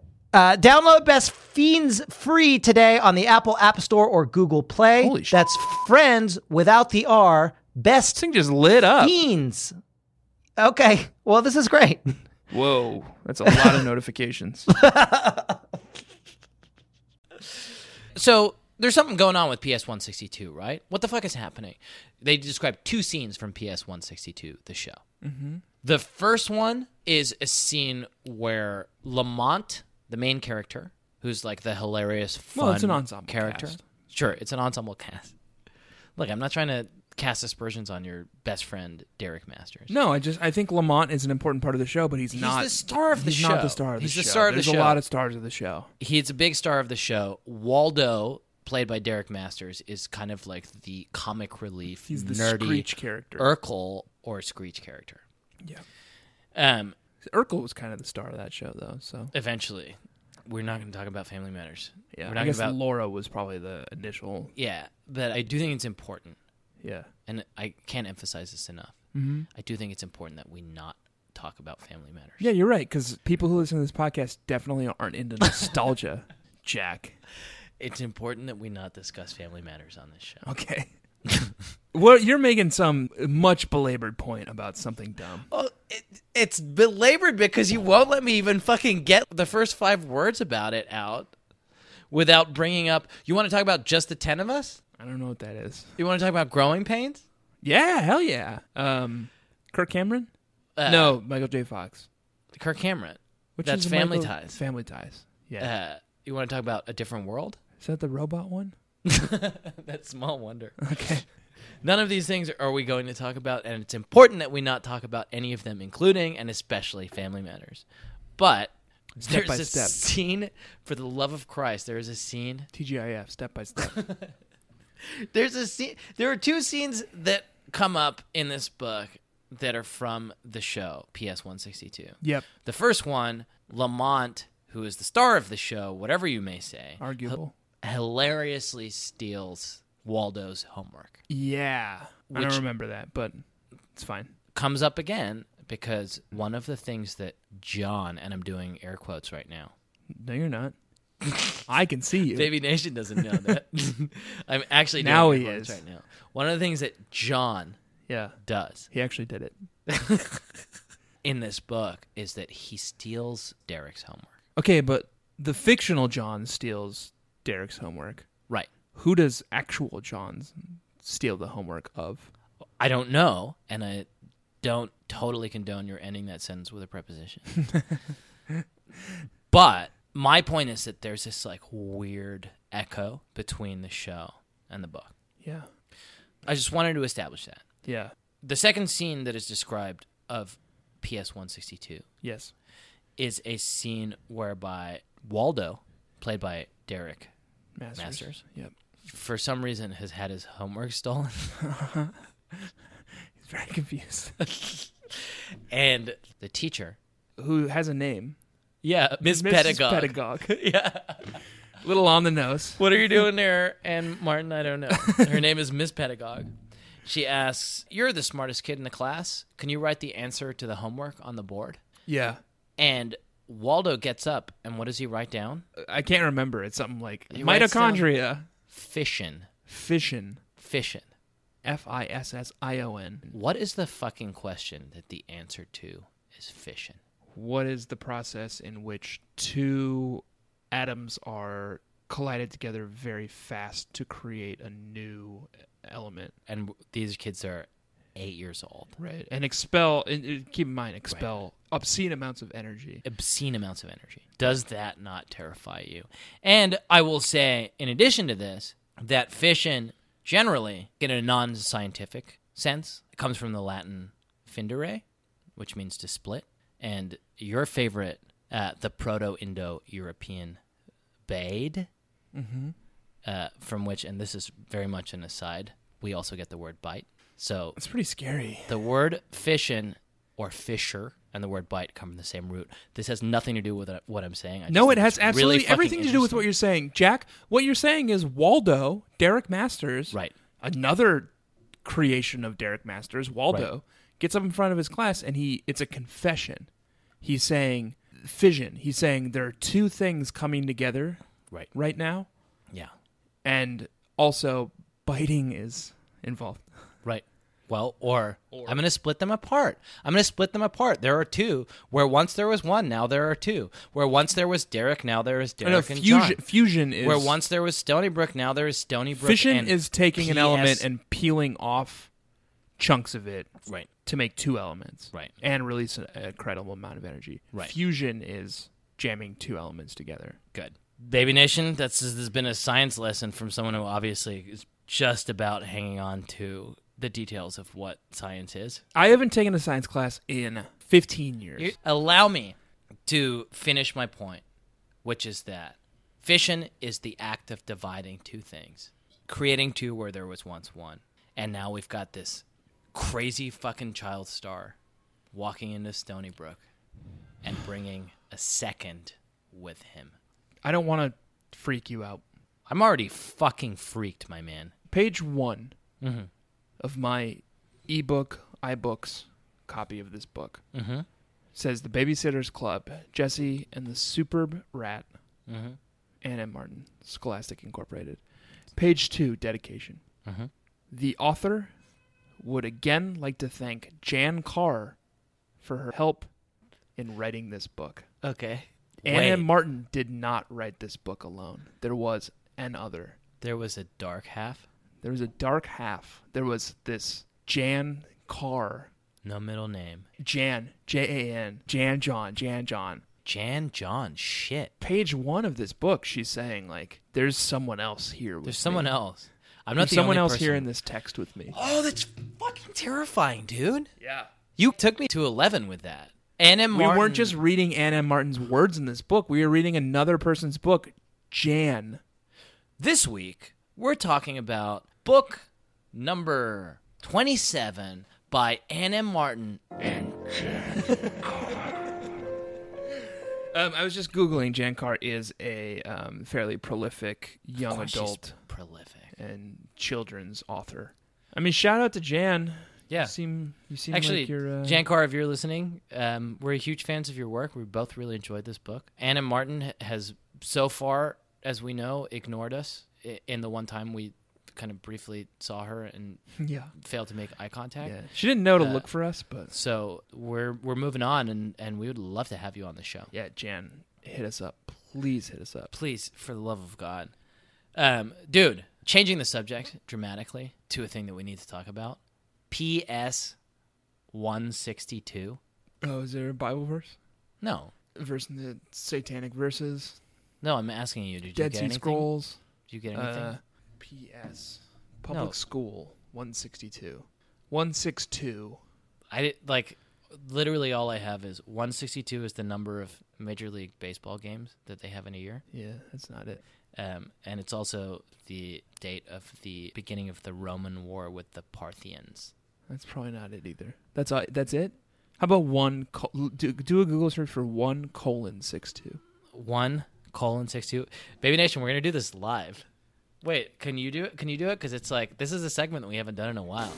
A: Uh, download Best Fiends free today on the Apple App Store or Google Play.
B: Holy sh-
A: That's friends without the R.
B: This
A: Best
B: thing just lit up.
A: Fiends. Okay. Well, this is great.
B: Whoa, that's a
A: *laughs*
B: lot of notifications.
D: So there's something going on with PS 162, right? What the fuck is happening? They describe two scenes from PS 162, the show. Mm-hmm. The first one is a scene where Lamont, the main character, who's like the hilarious, fun
B: Well, it's an ensemble
D: character.
B: cast.
D: Sure, it's an ensemble cast. Look, I'm not trying to cast aspersions on your best friend Derek Masters.
B: No, I just I think Lamont is an important part of the show, but he's,
D: He's
B: not
D: the star of the
B: he's not
D: show.
B: the star of the
D: He's
B: show.
D: the star of the
B: There's a
D: show.
B: lot of stars of the show.
D: he's a big star of the show. Waldo, played by Derek Masters, is kind of like the comic relief,
B: He's the
D: nerdy
B: Screech character.
D: Urkel or Screech character.
B: Yeah.
D: Um,
B: Urkel was kind of the star of that show though, so
D: eventually, we're not going to talk about Family Matters.
B: yeah.
D: we're
B: I
D: not
B: guess
D: about.
B: Laura was probably the initial.
D: yeah, but I do think it's important,
B: Yeah.
D: and I can't emphasize this enough.
B: Mm-hmm.
D: I do think it's important that we not talk about Family Matters.
B: Yeah, you're right cuz people who listen to this podcast definitely aren't *laughs* into nostalgia, Jack.
D: It's important that we not discuss Family Matters on this show.
B: Okay. *laughs* well, you're making some much belabored point about something dumb.
D: Well, it, it's belabored because you won't let me even fucking get the first five words about it out without bringing up. You want to talk about just the 10 of us?
B: I don't know what that is.
D: You want to talk about growing pains?
B: Yeah, hell yeah. Um Kirk Cameron?
D: Uh,
B: no, Michael J. Fox.
D: Kirk Cameron.
B: Which
D: That's
B: is
D: Family
B: Michael-
D: Ties.
B: Family Ties. Yeah.
D: Uh, you want to talk about a different world?
B: is that the robot one?
D: That's small wonder.
B: Okay.
D: None of these things are we going to talk about, and it's important that we not talk about any of them, including and especially family matters. But there's
B: by
D: a
B: step.
D: scene, for the love of Christ, there is a scene
B: TGIF, step by step.
D: There's a scene. There are two scenes that come up in this book that are from the show PS 162.
B: *laughs* yep.
D: The first one, Lamont, who is the star of the show, whatever you may say,
B: *laughs* Arguable.
D: hilariously steals Waldo's homework.
B: Yeah. I
D: Which-
B: don't remember that, but it's fine.
D: Comes up again because one of the things that John and I'm doing air quotes right now.
B: No, you're not. *laughs* I can see you.
D: Baby Nation doesn't know
B: *laughs*
D: that. *laughs* I'm actually doing
B: Now
D: air
B: he
D: quotes
B: is.
D: right now. One of the things that John
B: Yeah.
D: does
B: He actually did it.
D: in this book is that he steals Derek's homework.
B: Okay, but the fictional John steals Derek's homework.
D: Right.
B: Who does actual John steal the homework of?
D: I don't know, and I don't totally condone your ending that sentence with a preposition. but my point is that there's this like weird echo between the show and the book.
B: Yeah.
D: I just wanted to establish that.
B: Yeah.
D: The second scene that is described of PS 162
B: Yes.
D: is a scene whereby Waldo, played by Derek
B: Masters.
D: Masters.
B: Yep.
D: for some reason has had his homework *laughs* stolen
B: He's very *laughs* confused.
D: and the teacher
B: Who has a name?
D: yeah miss
B: Mrs.
D: pedagogue
B: Pedagogue.
D: *laughs* yeah
B: *laughs* Little on the nose.
D: what are you doing there and martin i don't know her name is miss pedagogue she asks you're the smartest kid in the class can you write the answer to the homework on the board
B: Yeah.
D: and waldo gets up and what does he write down
B: I can't remember. It's something like
D: He writes down-
B: mitochondria.
D: fission
B: Fission.
D: fission
B: F I S S I O N.
D: what is the fucking question that the answer to is fission
B: What is the process in which two atoms are collided together very fast to create a new element?
D: and these kids are eight years old
B: Right. And expel, and, and keep in mind, expel obscene amounts of energy.
D: obscene amounts of energy. Does that not terrify you? And I will say, in addition to this, that fission generally, in a non scientific sense, comes from the Latin findere, which means to split. And your favorite, uh, the Proto Indo European bade, uh, from which, and this is very much an aside, we also get the word bite. So
B: It's pretty scary.
D: the word fission or fisher and the word bite come from the same root. This has nothing to do with what I'm saying. I just
B: No,
D: think
B: it has
D: it's really
B: absolutely
D: fucking
B: everything to do with what
D: interesting.
B: you're saying. Jack, what you're saying is Waldo, Derek Masters,
D: Right.
B: another creation of Derek Masters, Waldo, gets up in front of his class and he it's a confession. He's saying fission. He's saying there are two things coming together
D: Right.
B: right now
D: Yeah.
B: and also biting is involved.
D: Right. Well, or, I'm going to split them apart. I'm going to split them apart. There are two. Where once there was one, now there are two. Where once there was Derek, now there is
B: No, no,
D: Derek and
B: fusion.
D: John.
B: Fusion is
D: Where once there was Stony Brook, now there is Stony Brook.
B: fission
D: and
B: is taking an
D: PS
B: element and peeling off chunks of it
D: right.
B: to make two elements,
D: Right.
B: And release an incredible amount of energy.
D: Right.
B: Fusion is jamming two elements together.
D: Good. Baby Nation, that's this has been a science lesson from someone who obviously is just about hanging on to the details of what science is.
B: I haven't taken a science class in 15 years.
D: You- Allow me to finish my point, which is that fission is the act of dividing two things, creating two where there was once one. And now we've got this crazy fucking child star walking into Stony Brook and bringing a second with him.
B: I don't want to freak you out.
D: I'm already fucking freaked, my man.
B: Page one
D: Mm-hmm.
B: of my ebook, iBooks copy of this book
D: Mhm.
B: says The Babysitter's Club, Jesse and the Superb Rat,
D: Mhm.
B: Anna Martin, Scholastic Incorporated. Page two, dedication.
D: Mhm.
B: The author would again like to thank Jan Carr for her help in writing this book.
D: Okay.
B: Anna
D: Wait,
B: Martin did not write this book alone. There was an other.
D: there was a dark half,
B: There was a dark half. There was this Jan Carr.
D: no middle name.
B: Jan, J A N, Jan John, Jan John.
D: Jan John, shit.
B: Page one of this book, she's saying, like, there's someone else here. With
D: There's someone
B: me.
D: else. I'm not
B: There's
D: the
B: someone
D: only
B: else
D: person.
B: here in this text with me.
D: Oh, that's fucking terrifying, dude.
B: Yeah.
D: You took me to 11 with that. Anna
B: We
D: Martin.
B: weren't just reading Anna Martin's words in this book. We were reading another person's book, Jan.
D: This week, we're talking about book number 27 by Anna Martin.
B: Um, I was just Googling. Jan Carr is a um, fairly prolific young
D: Gosh, she's
B: adult
D: Prolific.
B: and children's author. I mean, shout out to Jan.
D: Yeah.
B: You seem you seem
D: Actually,
B: like you're uh,
D: Jan Carr, if you're listening, um, we're huge fans of your work. We both really enjoyed this book. Anna Martin h- has, so far as we know, ignored us i- in the one time we kind of briefly saw her and
B: yeah
D: failed to make eye contact.
B: yeah. She didn't know to
D: Uh,
B: look for us, but
D: So we're we're moving on, and and we would love to have you on the show.
B: yeah, Jan, hit us up, please hit us up.
D: Please, for the love of God, um, dude, changing the subject dramatically to a thing that we need to talk about. P.S. One sixty two.
B: Oh, is there a Bible verse?
D: No,
B: Verse in the Satanic verses,
D: no, I'm asking you. Did you
B: Dead
D: get
B: Sea
D: anything?
B: Scrolls.
D: Did you get anything?
B: Uh, P.S. Public School 162, 162.
D: I did, like literally all I have is 162 is the number of Major League Baseball games that they have in a year,
B: Yeah, that's not it.
D: um, and it's also the date of the beginning of the Roman War with the Parthians.
B: That's probably not it either. That's all, that's it. How about one? Col- do, do a Google search for one colon six two.
D: One colon six two. Baby Nation, we're gonna do this live. Wait, can you do it? Can you do it? Because it's like this is a segment that we haven't done in a while.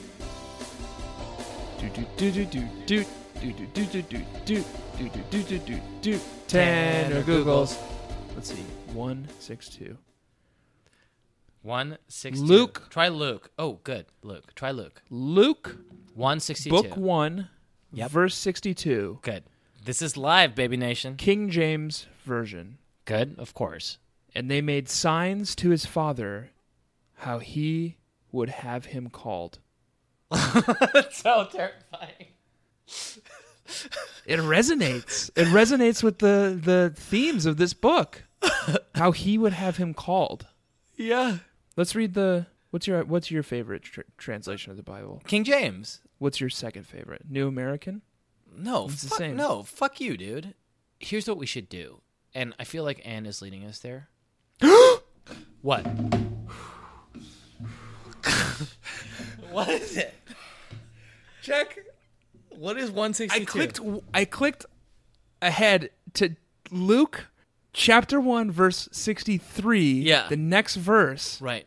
B: Do do do do do do do do do do do do do do do do do do ten or Googles. Let's see. One six two.
D: One six. two.
B: Luke.
D: Try Luke. Oh, good. Luke. Try Luke.
B: Luke,
D: One sixty two.
B: book one,
D: Yep.
B: verse sixty two.
D: Good. This is live, Baby Nation.
B: King James Version.
D: Good, of course.
B: And they made signs to his father how he would have him called.
D: so terrifying.
B: It resonates. it resonates with the, the themes of this book. how he would have him called.
D: Yeah.
B: Let's read the what's your what's your favorite tr- translation of the Bible?
D: King James.
B: What's your second favorite? New American?
D: No,
B: It's the
D: fuck,
B: same.
D: no, fuck you, dude. Here's what we should do, and I feel like Anne is leading us *gasps* there. what? *laughs* what is it? Check. What is one sixty
B: I
D: two?
B: clicked I clicked ahead to Luke chapter 1 verse 63,
D: Yeah.
B: the next verse,
D: Right.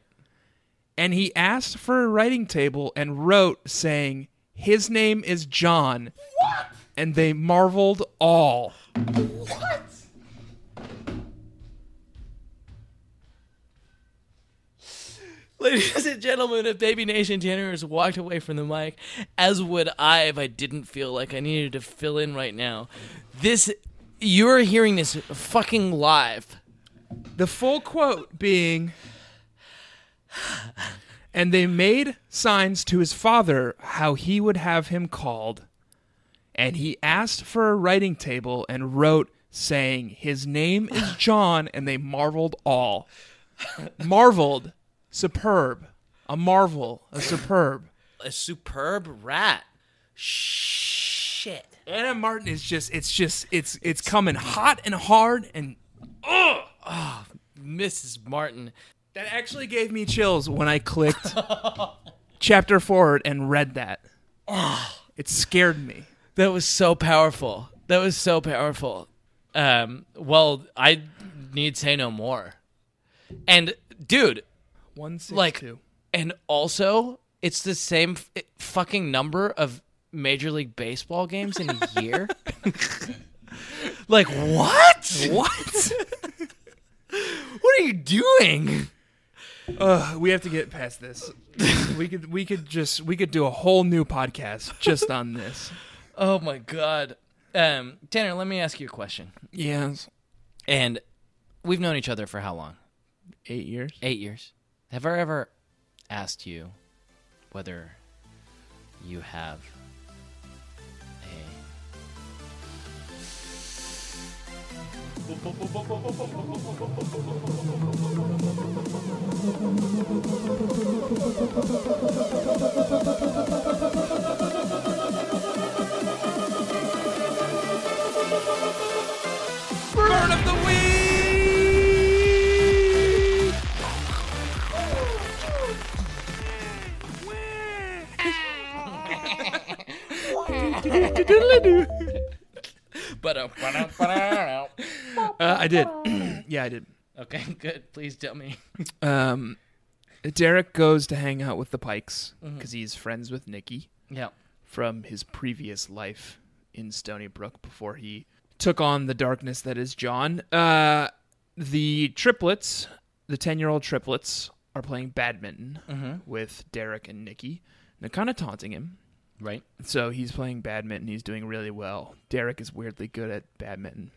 B: and he asked for a writing table and wrote saying, "His name is John." What? And they marveled all.
D: Ladies and gentlemen, if Baby Nation Tanner has walked away from the mic, as would I if I didn't feel like I needed to fill in right now, this you're hearing this fucking live.
B: The full quote being And they made signs to his father how he would have him called. And he asked for a writing table and wrote, saying, His name is John. And they marveled all. Marveled, superb. A marvel, a superb.
D: A superb rat. Shit.
B: Anna Martin is just, it's just, it's, it's coming hot and hard. And
D: Mrs. Martin.
B: that actually gave me chills when I *laughs* clicked chapter forward and read that. It scared me.
D: That was so powerful. That was so powerful. Um, well, I need say no more. And dude,
B: One six
D: like
B: two.
D: and also it's the same f- fucking number of major league baseball games in a year like what what *laughs* what are you doing
B: Ugh, we have to get past this. we could we could just we could do a whole new podcast just on this.
D: oh my god um tanner let me ask you a question
B: *laughs* Yes.
D: and we've known each other for how long
B: Eight years.
D: eight years have i ever asked you whether you have a
B: Burn of the week.
D: but um,
B: *laughs* Uh, I did. *clears throat* yeah, I did.
D: *laughs* okay good please tell me
B: Um, Derek goes to hang out with the Pikes because he's friends with Nikki.
D: *laughs* yeah
B: from his previous life in Stony Brook before he took on the darkness that is John. Uh, the triplets, the 10 year old triplets, are playing badminton with Derek and Nikki. And they're kind of taunting him.
D: right
B: So he's playing badminton. He's doing really well. Derek is weirdly good at badminton.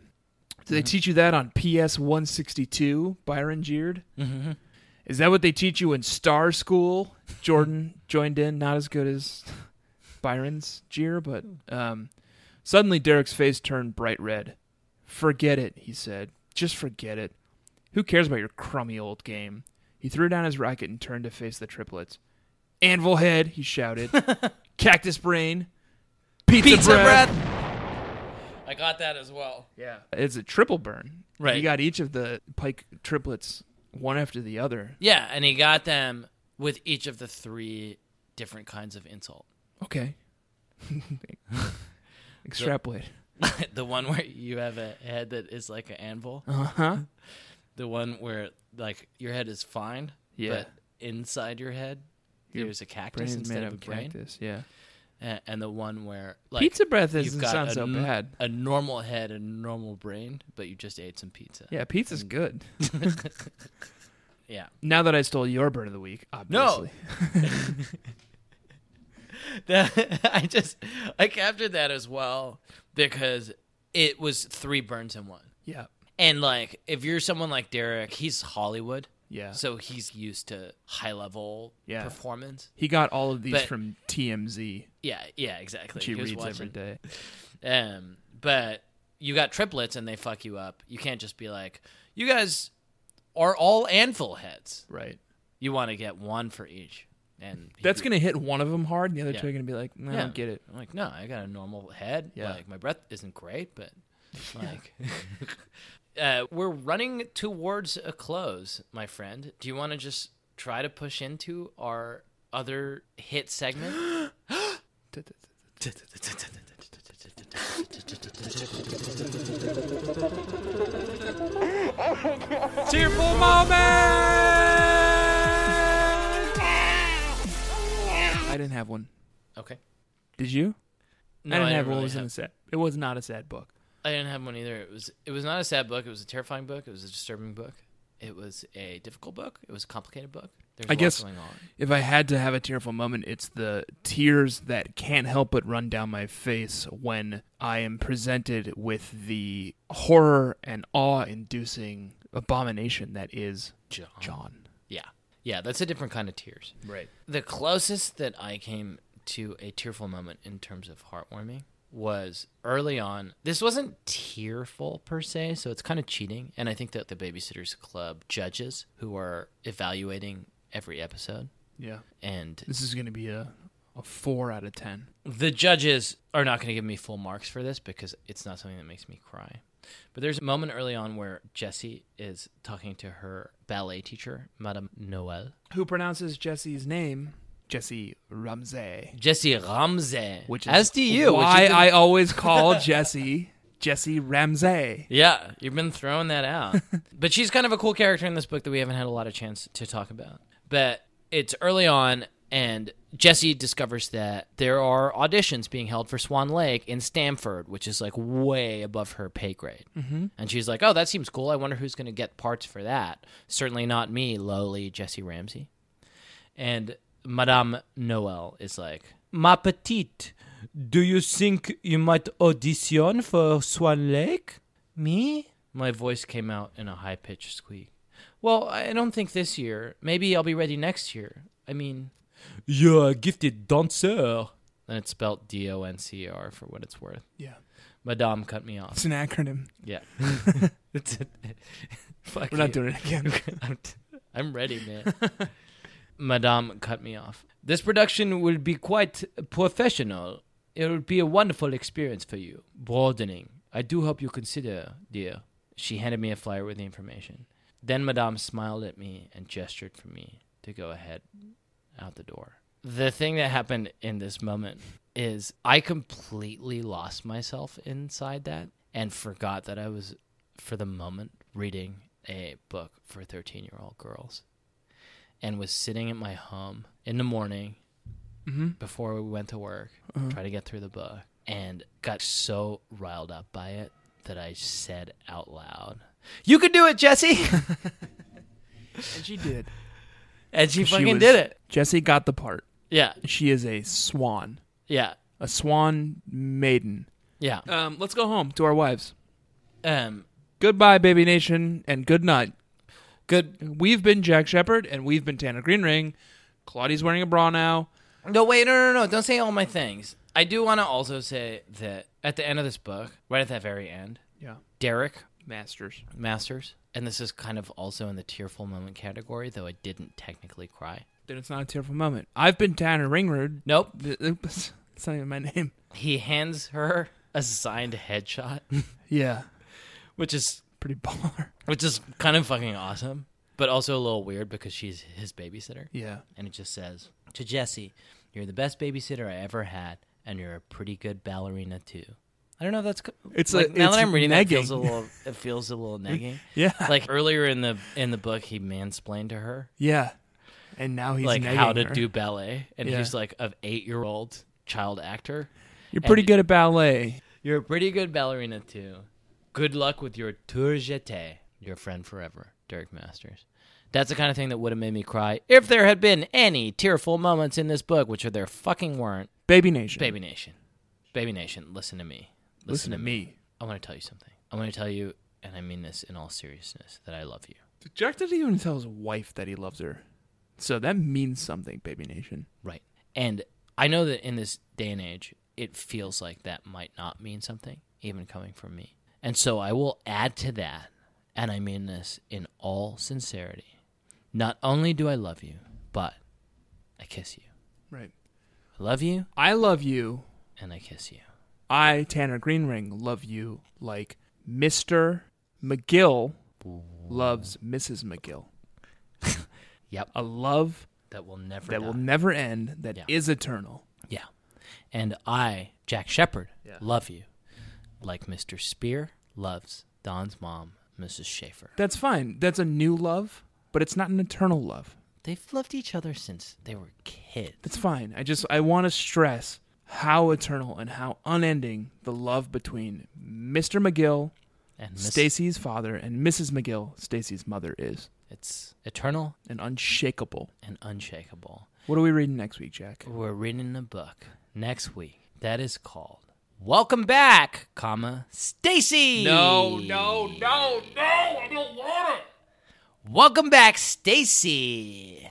B: Do they teach you that on PS 162, Byron jeered? Mm-hmm. Is that what they teach you in Star School? Jordan joined in, not as good as Byron's jeer, but um, suddenly Derek's face turned bright red. Forget it, he said. Just forget it. Who cares about your crummy old game? He threw down his racket and turned to face the triplets. Anvil head, he shouted. Cactus brain. Pizza, breath.
D: I got that as well.
B: Yeah. It's a triple burn.
D: Right.
B: You got each of the pike triplets one after the other.
D: Yeah, and he got them with each of the three different kinds of insult. *laughs*
B: Okay. *laughs* Extrapolate.
D: the one where you have a head that is like an anvil.
B: Uh huh.
D: The one where like your head is fine,
B: Yeah.
D: but inside your head
B: Your
D: there's a cactus
B: Brain's
D: instead
B: made
D: of
B: of
D: a brain.
B: cactus. Yeah.
D: A- And the one where like
B: pizza breath
D: you've
B: doesn't
D: got
B: sound
D: a,
B: so
D: n-
B: bad.
D: A normal head and normal brain, but you just ate some pizza.
B: Yeah, pizza's
D: *laughs*
B: good.
D: Yeah. *laughs*
B: Now that I stole your burn of the week, obviously.
D: That- I just I captured that as well because it was three burns in one.
B: Yeah.
D: And like, if you're someone like Derek, he's Hollywood,
B: Yeah. So
D: so he's used to high level
B: Yeah.
D: performance.
B: he got all of these
D: But-
B: from TMZ.
D: Yeah, yeah, exactly.
B: She
D: He was
B: reads every
D: watching-
B: day.
D: Um, but you got triplets, and they fuck you up. You can't just be like, you guys are all anvil heads.
B: Right.
D: You want to get one for each, and he-
B: That's going to hit one of them hard, and the other
D: Yeah.
B: two are going to be like, no, I
D: Yeah.
B: don't get it.
D: I'm like, no, I got a normal head.
B: Yeah.
D: Like my breath isn't
B: *laughs*
D: great, but like *laughs* uh, we're running towards a close, my friend. Do you want to just try to push into our other hit segment?
B: *gasps* Tearful moment! I didn't have one.
D: okay.
B: Did you?
D: No,
B: I didn't have
D: really
B: one. It was not a sad. It was not a sad book.
D: I didn't have one either. It was it was not a sad book. It was a terrifying book. It was a disturbing book. It was a difficult book. It was a complicated book. There's
B: I
D: a lot
B: guess-
D: going on.
B: If I had to have a tearful moment, it's the tears that can't help but run down my face when I am presented with the horror and awe inducing abomination that is John.
D: Yeah. Yeah, that's a different kind of tears.
B: Right.
D: The closest that I came to a tearful moment in terms of heartwarming was early on. This wasn't tearful per se, so it's kind of cheating. And I think that the Babysitters Club judges who are evaluating every episode
B: Yeah.
D: and
B: This is going to be a, a four out of 10.
D: the judges are not going to give me full marks for this because it's not something that makes me cry. But there's a moment early on where Jessie is talking to her ballet teacher, Madame Noel.
B: Who pronounces Jesse's name? Jesse Ramsey.
D: Jessie Ramsey.
B: Which is
D: as do you. which
B: Why
D: you've been-
B: I always call *laughs* Jesse Jesse Ramsey.
D: Yeah, you've been throwing
A: *laughs*
D: that out. but she's kind of a cool character in this book that we haven't had a lot of chance to talk about. But it's early on, and Jesse discovers that there are auditions being held for Swan Lake in Stamford, which is like way above her pay grade. Mm-hmm. And she's like, oh, that seems cool. I wonder who's going to get parts for that. Certainly not me, lowly Jesse Ramsey. And Madame Noel is like,
A: Ma petite, do you think you might audition for Swan Lake? Me?
D: My voice came out in a high pitched squeak. Well, I don't think this year. Maybe I'll be ready next year. I mean,
A: You're a gifted dancer.
D: and it's spelled D O N C E R for what it's worth.
B: Yeah.
D: Madame cut me off.
B: It's an acronym.
A: *laughs*
D: Yeah. *laughs* it's *laughs* Fuck
B: We're not
D: you.
B: doing it again.
D: *laughs* I'm, I'm ready, man. Madame cut me off. This production will be quite professional. It will be a wonderful experience for you, broadening. I do hope you consider, dear. She handed me a flyer with the information. Then Madame smiled at me and gestured for me to go ahead out the door. The thing that happened in this moment is I completely lost myself inside that and forgot that I was, for the moment, reading a book for 13 year old girls and was sitting at my home in the morning
B: Mhm.
D: before we went to work, try to get through the book, and got so riled up by it that I said out loud, You could do it, Jesse!
B: And she did.
D: and she
B: She
D: fucking
B: was-
D: did it.
B: Jesse got the part.
D: Yeah,
B: She is a swan,
D: yeah,
B: a swan maiden.
D: yeah.
B: Um, let's go home to our wives.
D: Um,
B: Goodbye, baby nation, and good night.
D: good.
B: We've been Jack Shepard, and we've been Tanner Greenring. Claudia's wearing a bra now.
D: No, wait, no, no, no. Don't say all my things. I do want to also say that at the end of this book, right at that very end,
B: Yeah,
D: Derek
B: masters.
D: Masters, and this is kind of also in the tearful moment category, though I didn't technically cry.
B: Then it's not a tearful moment. I've been Tanner Ringrud.
D: Nope.
B: *laughs* It's not even my name.
D: He hands her a signed headshot, *laughs*
B: Yeah,
D: which is
B: pretty baller.
D: which is kind of fucking awesome, but also a little weird because she's his babysitter.
B: Yeah,
D: and it just says to Jesse, "You're the best babysitter I ever had, and you're a pretty good ballerina too." I don't know. If that's co-
B: It's
D: like
B: a-
D: now
B: it's
D: that I'm reading, that it feels
B: negging.
D: a little. It feels
B: *laughs*
D: a little nagging.
B: yeah,
D: Like earlier in the in the book, he mansplained to her
B: yeah. And now he's
D: like
B: nagging
D: how to
B: her.
D: do ballet, and
B: Yeah.
D: he's like of eight year old child actor.
B: You're pretty
D: and-
B: good at ballet.
D: You're a pretty good ballerina too. Good luck with your tour jeté, your friend forever, Derek Masters. That's the kind of thing that would have made me cry if there had been any tearful moments in this book, which are there fucking weren't.
B: Baby nation.
D: Baby Nation. Baby Nation, listen to me.
B: Listen, to me.
D: I want to tell you something. I want to tell you, and I mean this in all seriousness, that I love you.
B: Jack doesn't even tell his wife that he loves her. So that means something, Baby Nation.
D: Right. And I know that in this day and age, it feels like that might not mean something, even coming from me. And so I will add to that, and I mean this in all sincerity. Not only do I love you, but I kiss you.
B: Right.
D: I love you,
B: I love you.
D: and I kiss you.
B: I, Tanner Greenring, love you like Mr. McGill loves Mrs. McGill.
D: Yep.
B: A love
D: Oh, That will never
B: that will
D: die.
B: never end, that is
D: Yeah.
B: eternal.
D: Yeah. And I, Jack Shepard,
B: Yeah.
D: love you. Like Mr. Spear loves Don's mom, Mrs. Schaefer.
B: That's fine. That's a new love, but it's not an eternal love.
D: They've loved each other since they were kids.
B: That's fine. I just, I want to stress how eternal and how unending the love between Mr. McGill
D: And Miss,
B: Stacy's father and Mrs. McGill, Stacy's mother, is.
D: It's eternal
B: and unshakable.
D: and unshakable.
B: What are we reading next week, Jack?
D: We're reading a book next week that is called Welcome Back, comma, Stacy.
B: No, no, Oh, no, no! I don't want it.
D: Welcome back, Stacy.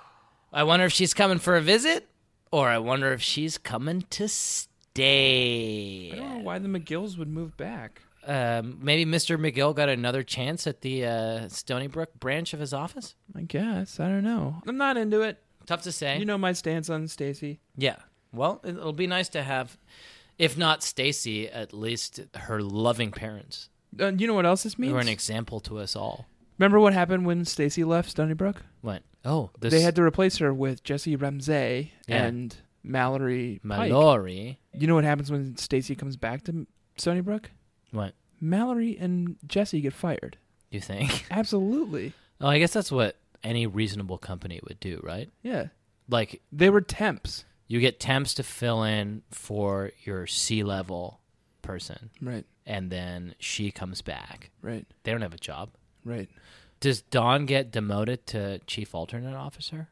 D: *sighs* I wonder if she's coming for a visit or I wonder if she's coming
B: I
D: to
B: don't
D: stay.
B: know Oh, why the McGills would move back.
D: Um, maybe Mr. McGill got another chance at the uh, Stony Brook branch of his office.
B: I guess I don't know. I'm not into it.
D: Tough to say.
B: You know my stance on Stacy.
D: Yeah. Well, it- it'll be nice to have, if not Stacy, at least her loving parents
B: Uh, you know what else this means?
D: who are an example to us all.
B: Remember what happened when Stacy left Stony Brook?
D: What? Oh, this
B: They had to replace her with Jesse Ramsey
D: Yeah.
B: and Mallory Pike.
D: Mallory.
B: You know what happens when Stacy comes back to Stony Brook?
D: What
B: Mallory and Jesse get fired.
D: do you think? *laughs*
B: Absolutely.
D: Oh, I guess that's what any reasonable company would do, right?
B: Yeah.
D: Like
B: They were temps.
D: you get temps to fill in for your C level person,
B: Right.
D: and then she comes back.
B: Right.
D: They don't have a job.
B: Right.
D: Does Dawn get demoted to chief alternate officer?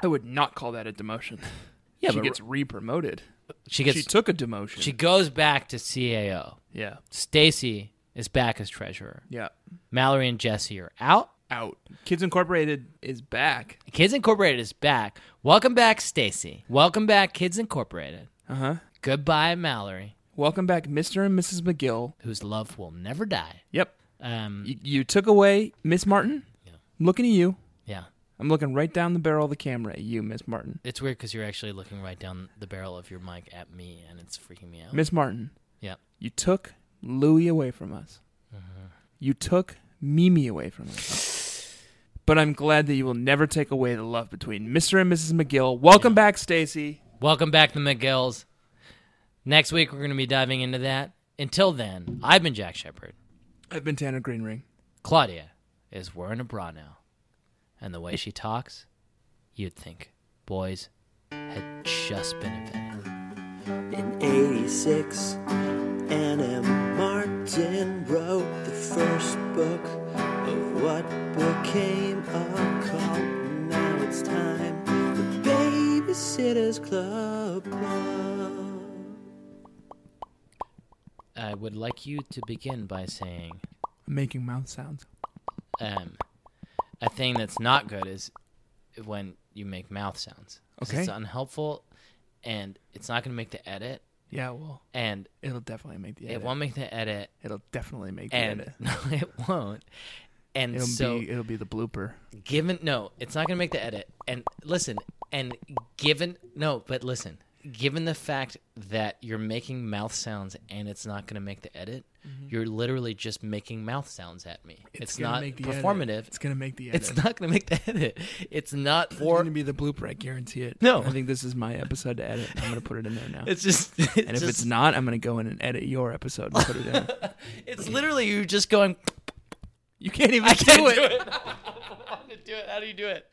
B: I would not call that a demotion.
D: *laughs* Yeah,
B: she
D: but-
B: gets re-promoted.
D: She gets
B: she took a demotion.
D: she goes back to CAO.
B: yeah.
D: Stacy is back as treasurer.
B: Yeah.
D: Mallory and Jesse are out.
B: Out. Kids Incorporated is back.
D: Kids Incorporated is back. Welcome back, Stacy. Welcome back, Kids Incorporated.
B: Uh huh.
D: Goodbye, Mallory,
B: Welcome back, Mr. and Mrs. McGill.
D: whose love will never die.
B: Yep.
D: Um,
B: You, you took away Miss Martin. Yeah. I'm looking at you.
D: yeah,
B: I'm looking right down the barrel of the camera at you, Miss Martin.
D: it's weird because you're actually looking right down the barrel of your mic at me, and it's freaking me out.
B: Miss Martin,
D: yeah,
B: you took Louie away from us.
D: Uh-huh.
B: You took Mimi away from us. But I'm glad that you will never take away the love between Mr. and Mrs. McGill. Welcome back, Stacy.
D: welcome back, the McGills. Next week we're going to be diving into that. Until then, I've been Jack Shepard.
B: I've been Tanner Greenring.
D: Claudia is wearing a bra now, and the way she talks, you'd think boys had just been invented.
C: In 86, N.M. Martin wrote the first book of what became a cult. Now it's time for Babysitter's Club.
D: I would like you to begin by saying
B: I'm making mouth sounds.
D: um, a thing that's not good is when you make mouth sounds. 'Cause
B: Okay.
D: It's unhelpful and it's not going to make the edit.
B: Yeah, well,
D: And
B: it'll definitely make the edit.
D: it won't make the edit.
B: It'll definitely make the
D: And *laughs*
B: edit.
D: no, it won't. And
B: It'll
D: so,
B: be it'll be the blooper.
D: given, no, it's not going to make the edit. And listen, and given, no, but listen, given the fact that you're making mouth sounds and it's not going to make the edit, you're literally just making mouth sounds at me. It's,
B: Mm-hmm. gonna
D: not
B: make the edit.
D: performative.
B: It's gonna make the edit.
D: It's not going to make the edit. It's not
B: It's
D: for.
B: gonna be the blooper. I guarantee it.
D: No.
B: I think this is my episode to edit. I'm gonna put it in there now.
D: *laughs* It's just. It's
B: and if it's not, I'm gonna go in and edit your episode and put it
D: *laughs*
B: in.
D: it's literally you just going.
B: you can't even
D: *laughs* I can't
B: do it.
D: How do you do it?